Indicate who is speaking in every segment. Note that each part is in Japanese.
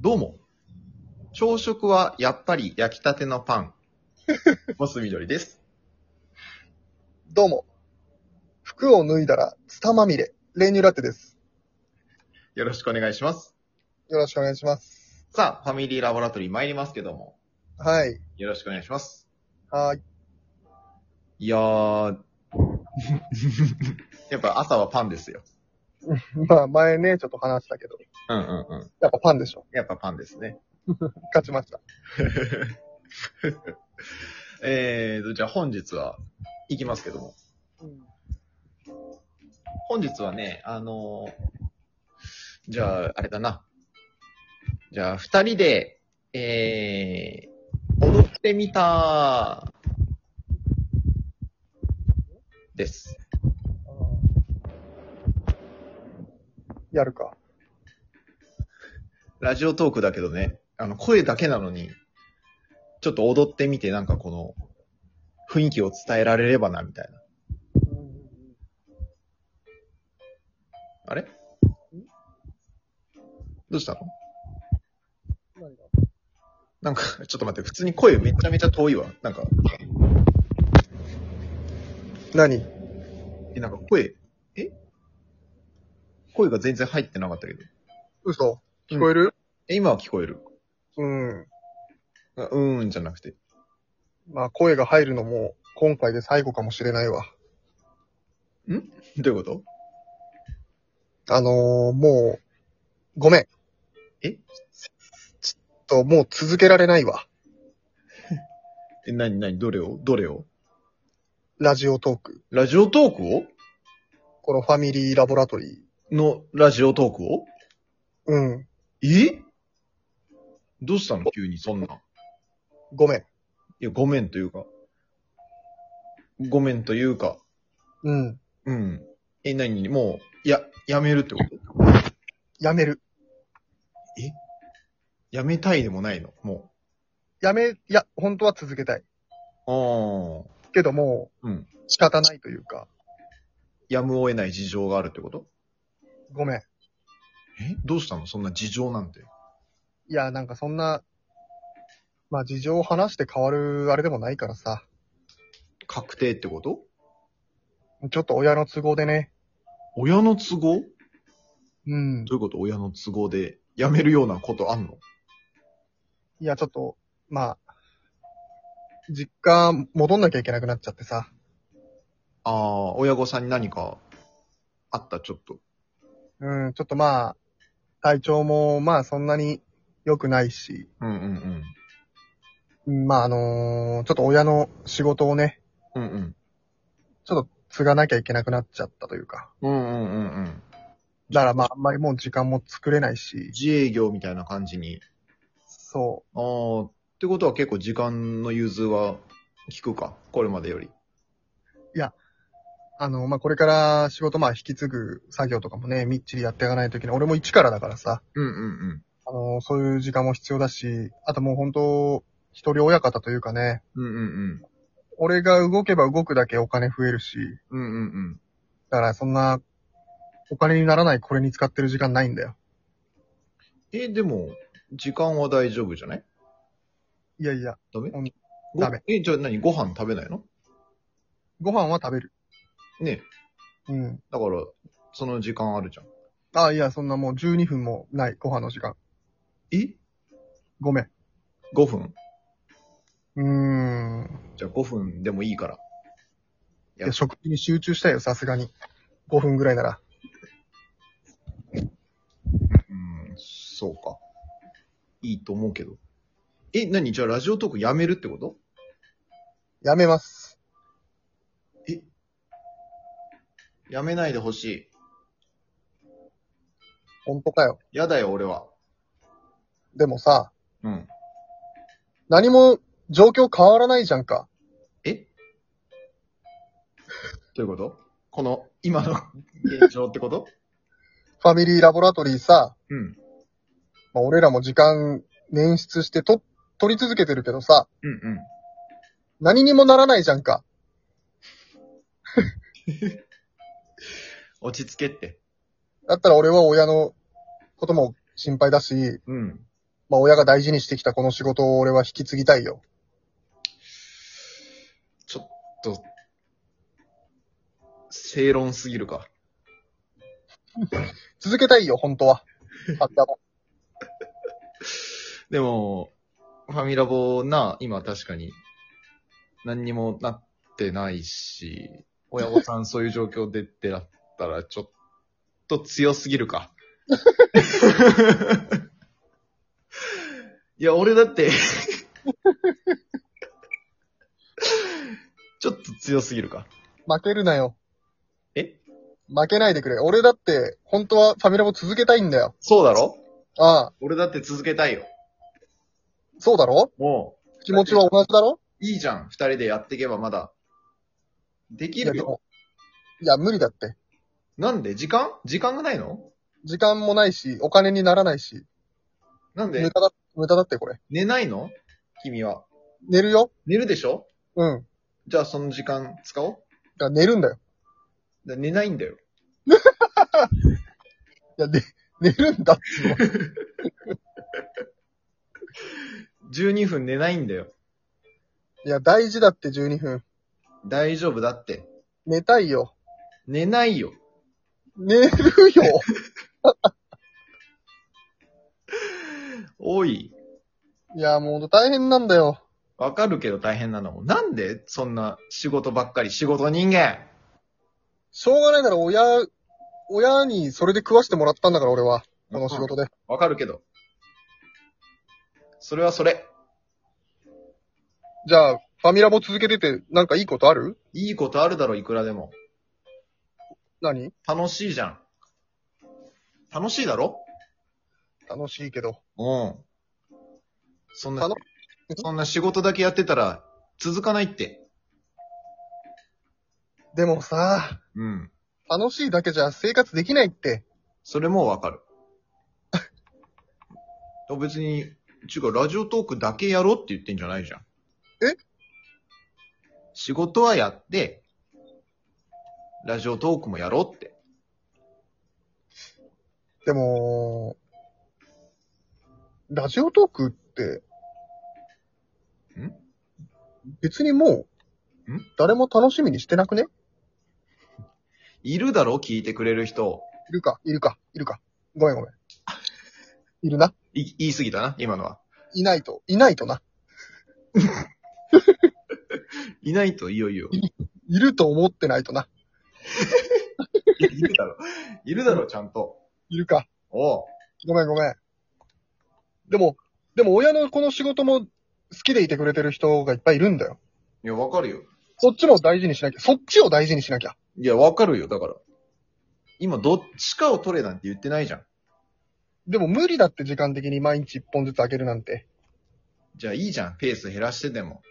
Speaker 1: どうも。朝食はやっぱり焼きたてのパ ン。ボス緑です。
Speaker 2: どうも。服を脱いだら、ツタまみれ、練乳ラテです。
Speaker 1: よろしくお願いします。
Speaker 2: よろしくお願いします。
Speaker 1: さあ、ファミリーラボラトリー参りますけども、
Speaker 2: はい。
Speaker 1: よろしくお願いします。
Speaker 2: はーい。
Speaker 1: いやー。 やっぱ朝はパンですよ。
Speaker 2: まあ、前ね、ちょっと話したけど、
Speaker 1: うんうんうん。
Speaker 2: やっぱパンでしょ。
Speaker 1: やっぱパンですね。
Speaker 2: 勝ちました。
Speaker 1: えーと、じゃあ本日は、行きますけども。本日はね、あのーじゃあ、あれだな。じゃあ、二人で、えー、踊ってみたです。
Speaker 2: あーやるか。
Speaker 1: ラジオトークだけどね、あの、声だけなのに、ちょっと踊ってみて、なんかこの、雰囲気を伝えられればな、みたいな。あれどうしたのなんか、ちょっと待って、普通に声めちゃめちゃ遠いわ。なんか、
Speaker 2: 何
Speaker 1: え、なんか声、え声が全然入ってなかったけど。
Speaker 2: 嘘聞こえる
Speaker 1: え、今は聞こえる。
Speaker 2: うん。
Speaker 1: あうーんじゃなくて。
Speaker 2: まあ、声が入るのも、今回で最後かもしれないわ。
Speaker 1: どういうこと
Speaker 2: あのー、もう、ごめん。
Speaker 1: え
Speaker 2: ちょっと、もう続けられないわ。
Speaker 1: え、なになにどれをどれを
Speaker 2: ラジオトーク。
Speaker 1: ラジオトークを
Speaker 2: このファミリーラボラトリー。
Speaker 1: のラジオトークを
Speaker 2: うん。
Speaker 1: えどうしたの急にそんな。
Speaker 2: ごめん。
Speaker 1: いや、ごめんというか。ごめんというか。
Speaker 2: うん。
Speaker 1: うん。え、なにもう、や、やめるってこと
Speaker 2: やめる。
Speaker 1: やめたいでもないのも
Speaker 2: やめ、いや、本当は続けたい。
Speaker 1: う。ああ。
Speaker 2: けども、
Speaker 1: うん。
Speaker 2: 仕方ないというか、
Speaker 1: やむを得ない事情があるってこと
Speaker 2: ごめん。
Speaker 1: えどうしたのそんな事情なんて。
Speaker 2: いや、なんかそんな、まあ事情を話して変わるあれでもないからさ、
Speaker 1: 確定ってこと
Speaker 2: ちょっと親の都合でね、
Speaker 1: 親の都合ど
Speaker 2: うん。
Speaker 1: ういうこと親の都合で辞めるようなことあんの
Speaker 2: いや、ちょっと、まあ、実家戻んなきゃいけなくなっちゃってさ、
Speaker 1: ああ、親御さんに何かあったちょっと。
Speaker 2: うん、ちょっとまあ、体調もまあそんなに良くないし、
Speaker 1: うんうんうん。
Speaker 2: うんまああのーちょっと親の仕事をね、
Speaker 1: うんうん。
Speaker 2: ちょっと継がなきゃいけなくなっちゃったというか、
Speaker 1: うんうんうんうん。
Speaker 2: だからまああんまりもう時間も作れないし、
Speaker 1: 自営業みたいな感じに。
Speaker 2: そう、
Speaker 1: ああ、ってことは結構時間の融通は効くか。これまでより。
Speaker 2: あの、まあ、これから仕事、まあ、引き継ぐ作業とかもね、みっちりやっていかないといけない。俺も一からだからさ、
Speaker 1: うんうん
Speaker 2: あの、そういう時間も必要だし、あともう本当、一人親方というかね、
Speaker 1: うん。うんうん
Speaker 2: 俺が動けば動くだけお金増えるし、
Speaker 1: うん。うんうんうん。
Speaker 2: だからそんな、お金にならないこれに使ってる時間ないんだよ。
Speaker 1: え、でも、時間は大丈夫じゃない
Speaker 2: いやいや、
Speaker 1: ダメ
Speaker 2: うん
Speaker 1: ご
Speaker 2: ダメ
Speaker 1: え、じゃあ何ご飯食べないの
Speaker 2: ご飯は食べる。
Speaker 1: ね
Speaker 2: うん。
Speaker 1: だから、その時間あるじゃん。
Speaker 2: あいや、そんなもう12分もない、ご飯の時間。
Speaker 1: え
Speaker 2: ごめん。
Speaker 1: ?5 分
Speaker 2: うーん。
Speaker 1: じゃあ5分でもいいから。
Speaker 2: いや、食事に集中したいよ、さすがに。5分ぐらいなら。
Speaker 1: うん、そうか。いいと思うけど。え、何じゃあラジオトークやめるってこと
Speaker 2: やめます。
Speaker 1: やめないでほしい。
Speaker 2: ほんとかよ。
Speaker 1: やだよ、俺は。
Speaker 2: でもさ、
Speaker 1: うん。
Speaker 2: 何も状況変わらないじゃんか。
Speaker 1: え どういうことこの、今の現状ってこと
Speaker 2: ファミリーラボラトリーさ、
Speaker 1: うん。
Speaker 2: まあ、俺らも時間捻出してと、取り続けてるけどさ、
Speaker 1: うんうん。
Speaker 2: 何にもならないじゃんか。
Speaker 1: 落ち着けって。
Speaker 2: だったら俺は親のことも心配だし、
Speaker 1: うん。
Speaker 2: まあ親が大事にしてきたこの仕事を俺は引き継ぎたいよ。
Speaker 1: ちょっと、正論すぎるか。
Speaker 2: 続けたいよ、本当は。あったもん
Speaker 1: でも、ファミラボな、今確かに、何にもなってないし、親御さんそういう状況でってなったら、ちょっと強すぎるか。 いや、俺だって、 ちょっと強すぎるか。
Speaker 2: 負けるなよ。
Speaker 1: え
Speaker 2: 負けないでくれ。俺だって、本当はファミラボ続けたいんだよ。
Speaker 1: そうだろ
Speaker 2: ああ、
Speaker 1: 俺だって続けたいよ。
Speaker 2: そうだろ
Speaker 1: も
Speaker 2: 気持ちは同じだろ
Speaker 1: う、いいじゃん。二人でやっていけばまだ。でき
Speaker 2: いや、
Speaker 1: る
Speaker 2: で
Speaker 1: よ。
Speaker 2: も。いや、無理だって。
Speaker 1: なんで時間時間がないの
Speaker 2: 時間もないし、お金にならないし、
Speaker 1: なんで
Speaker 2: 無駄だ、無駄だってこれ。
Speaker 1: 寝ないの君は。
Speaker 2: 寝るよ
Speaker 1: 寝るでしょ
Speaker 2: うん。だか
Speaker 1: じゃあその時間使おう。
Speaker 2: ら寝るんだよ。
Speaker 1: だ寝ないんだよ。
Speaker 2: いや、で、 寝るんだって。
Speaker 1: 12分寝ないんだよ。
Speaker 2: いや、大事だって12分。
Speaker 1: 大丈夫だって。
Speaker 2: 寝たいよ。
Speaker 1: 寝ないよ。
Speaker 2: 寝るよ。
Speaker 1: 多い。
Speaker 2: いや、もう大変なんだよ。
Speaker 1: わかるけど大変なの。なんでそんな仕事ばっかり仕事人間
Speaker 2: しょうがないなら親、親にそれで食わしてもらったんだから俺は。この仕事で。
Speaker 1: わかるけど。それはそれ。
Speaker 2: じゃあ、ファミラボ続けててなんかいいことある
Speaker 1: いいことあるだろ、いくらでも。
Speaker 2: 何
Speaker 1: 楽しいじゃん。楽しいだろ
Speaker 2: 楽しいけど。
Speaker 1: うん。そんな
Speaker 2: 楽、
Speaker 1: そんな仕事だけやってたら続かないって。
Speaker 2: でもさ、
Speaker 1: うん。
Speaker 2: 楽しいだけじゃ生活できないって。
Speaker 1: それもわかる。 別に、ちゅうか、ラジオトークだけやろうって言ってんじゃないじゃん。
Speaker 2: え
Speaker 1: 仕事はやって、ラジオトークもやろうって。
Speaker 2: でも、ラジオトークって、
Speaker 1: ん
Speaker 2: 別にもう、
Speaker 1: ん
Speaker 2: 誰も楽しみにしてなくね
Speaker 1: いるだろ聞いてくれる人。
Speaker 2: いるか、いるか、いるか。ごめんごめん。いるな。
Speaker 1: い、言い過ぎたな、今のは。
Speaker 2: いないと、いないとな。
Speaker 1: いないといよいよ。
Speaker 2: いると思ってないとな。
Speaker 1: いるだろ。いるだろ、ちゃんと。
Speaker 2: いるか。
Speaker 1: おう。
Speaker 2: ごめんごめん。でも、でも親のこの仕事も好きでいてくれてる人がいっぱいいるんだよ。
Speaker 1: いや、わかるよ。
Speaker 2: そっちも大事にしなきゃ。そっちを大事にしなきゃ。
Speaker 1: いや、わかるよ。だから。今、どっちかを取れなんて言ってないじゃん。
Speaker 2: でも無理だって時間的に毎日一本ずつ開けるなんて。
Speaker 1: じゃあいいじゃん。ペース減らしてでも。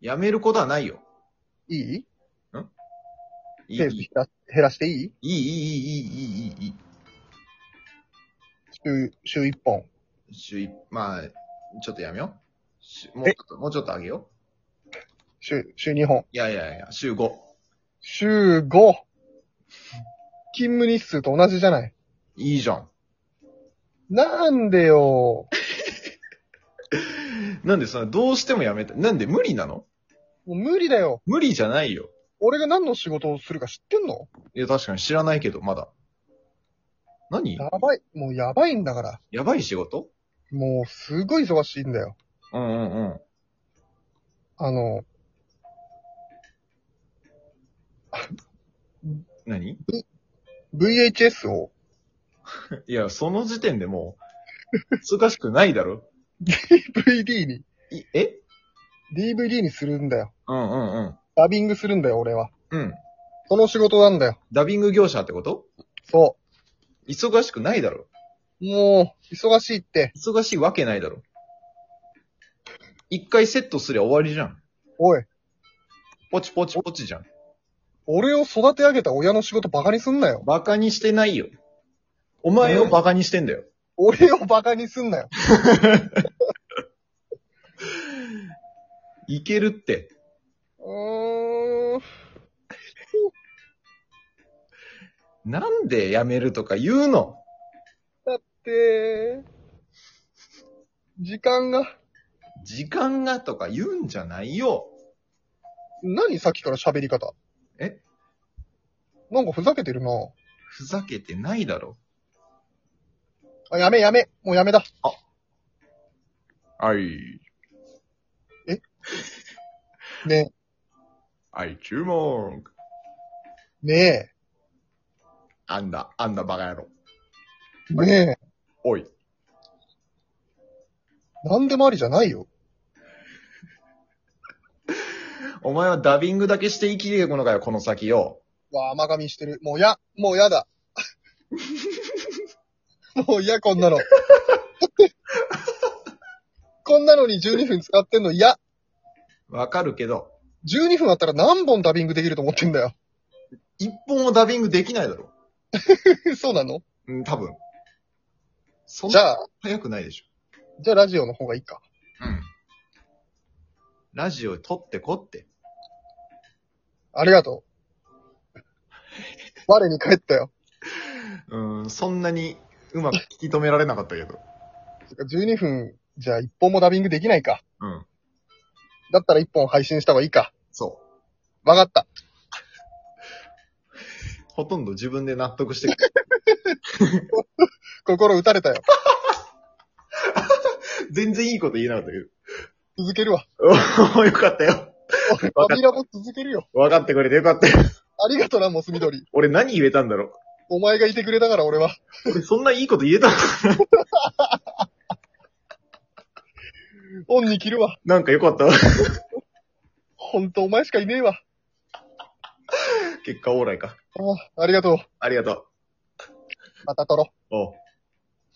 Speaker 1: やめることはないよ。
Speaker 2: いい
Speaker 1: いい、い
Speaker 2: ペース減ら減らしていい
Speaker 1: い、いい、いい、いい、いい、い
Speaker 2: 週、週一本。
Speaker 1: い。週一、まあ、ちょっとやめよう。週もうちょっと、もうちょっとあげよう。
Speaker 2: 週、週二本。
Speaker 1: いやいやいや、週5。
Speaker 2: 週五。勤務日数と同じじゃない。
Speaker 1: いいじゃん。
Speaker 2: なんでよ。
Speaker 1: なんでそんなどうしてもやめた。なんで無理なの
Speaker 2: もう無理だよ。
Speaker 1: 無理じゃないよ。
Speaker 2: 俺が何の仕事をするか知ってんの
Speaker 1: いや、確かに知らないけど、まだ。何
Speaker 2: やばい。もうやばいんだから。
Speaker 1: やばい仕事
Speaker 2: もうすごい忙しいんだよ。
Speaker 1: うんうんうん。
Speaker 2: あの、
Speaker 1: 何
Speaker 2: VHS を、
Speaker 1: いや、その時点でもう、 難しくないだろ。
Speaker 2: DVD に、
Speaker 1: いえ
Speaker 2: DVD にするんだよ。
Speaker 1: うんうんうん。
Speaker 2: ダビングするんだよ、俺は。
Speaker 1: うん。
Speaker 2: その仕事なんだよ。
Speaker 1: ダビング業者ってこと
Speaker 2: そ
Speaker 1: 忙しくないだろ。
Speaker 2: う。もう、忙しいって。
Speaker 1: 忙しいわけないだろ。一回セットすりゃ終わりじゃん。
Speaker 2: おい、
Speaker 1: ポチポチポチじゃん。
Speaker 2: 俺を育て上げた親の仕事バカにすんなよ。
Speaker 1: バカにしてないよ。お前をバカにしてんだよ。
Speaker 2: 俺をバカにすんなよ。
Speaker 1: いけるって。
Speaker 2: うーん。
Speaker 1: なんでやめるとか言うの
Speaker 2: で、時間が、
Speaker 1: 時間がとか言うんじゃないよ。
Speaker 2: 何さっきから喋り方。
Speaker 1: え
Speaker 2: なんかふざけてるな
Speaker 1: ふざけてないだろ。
Speaker 2: あ、やめやめ。もうやめだ。
Speaker 1: はい。
Speaker 2: ね
Speaker 1: はい、注文。
Speaker 2: え、ね
Speaker 1: あんだ、あんだバカ野郎。
Speaker 2: え、ね
Speaker 1: おい。
Speaker 2: え、なんでもありじゃないよ。
Speaker 1: お前はダビングだけして生きていくのかよ、この先よ。
Speaker 2: わあ、甘噛みしてる。もうや、もうや だ。もう嫌、こんなの。 こんなのに12分使ってんの嫌。
Speaker 1: わかるけど、
Speaker 2: 12分あったら何本ダビングできると思ってんだよ。
Speaker 1: 一本もダビングできないだろ。
Speaker 2: そうなの
Speaker 1: うん、多分。そん
Speaker 2: じ
Speaker 1: な
Speaker 2: ゃあ、
Speaker 1: 早くないでしょ。
Speaker 2: じゃあラジオの方がいいか。
Speaker 1: うん。ラジオ撮ってこって。
Speaker 2: ありがとう。我に帰ったよ。
Speaker 1: うん、そんなにうまく聞き止められなかったけど。
Speaker 2: 12分じゃあ1本もダビングできないか。
Speaker 1: うん、
Speaker 2: だったら1本配信した方がいいか。
Speaker 1: そ
Speaker 2: わかった。
Speaker 1: う。ほとんど自分で納得してくる。
Speaker 2: 心打たれたよ。
Speaker 1: 全然いいこと言えなかったけ
Speaker 2: 続けるわ。
Speaker 1: ど。 よかったよ。た
Speaker 2: バビラボ続けるよ。
Speaker 1: 分かってくれてよかったよ。
Speaker 2: ありがとうな、モス緑。
Speaker 1: 俺何言えたんだろ
Speaker 2: お前がいてくれたから俺は。
Speaker 1: う。俺そんないいこと言えたの
Speaker 2: オンに切るわ。
Speaker 1: なんかよかったわ。
Speaker 2: ほんとお前しかいねえわ。
Speaker 1: 結果オーライか。
Speaker 2: ああありがとう。
Speaker 1: ありがと
Speaker 2: また撮ろう。
Speaker 1: う。おう。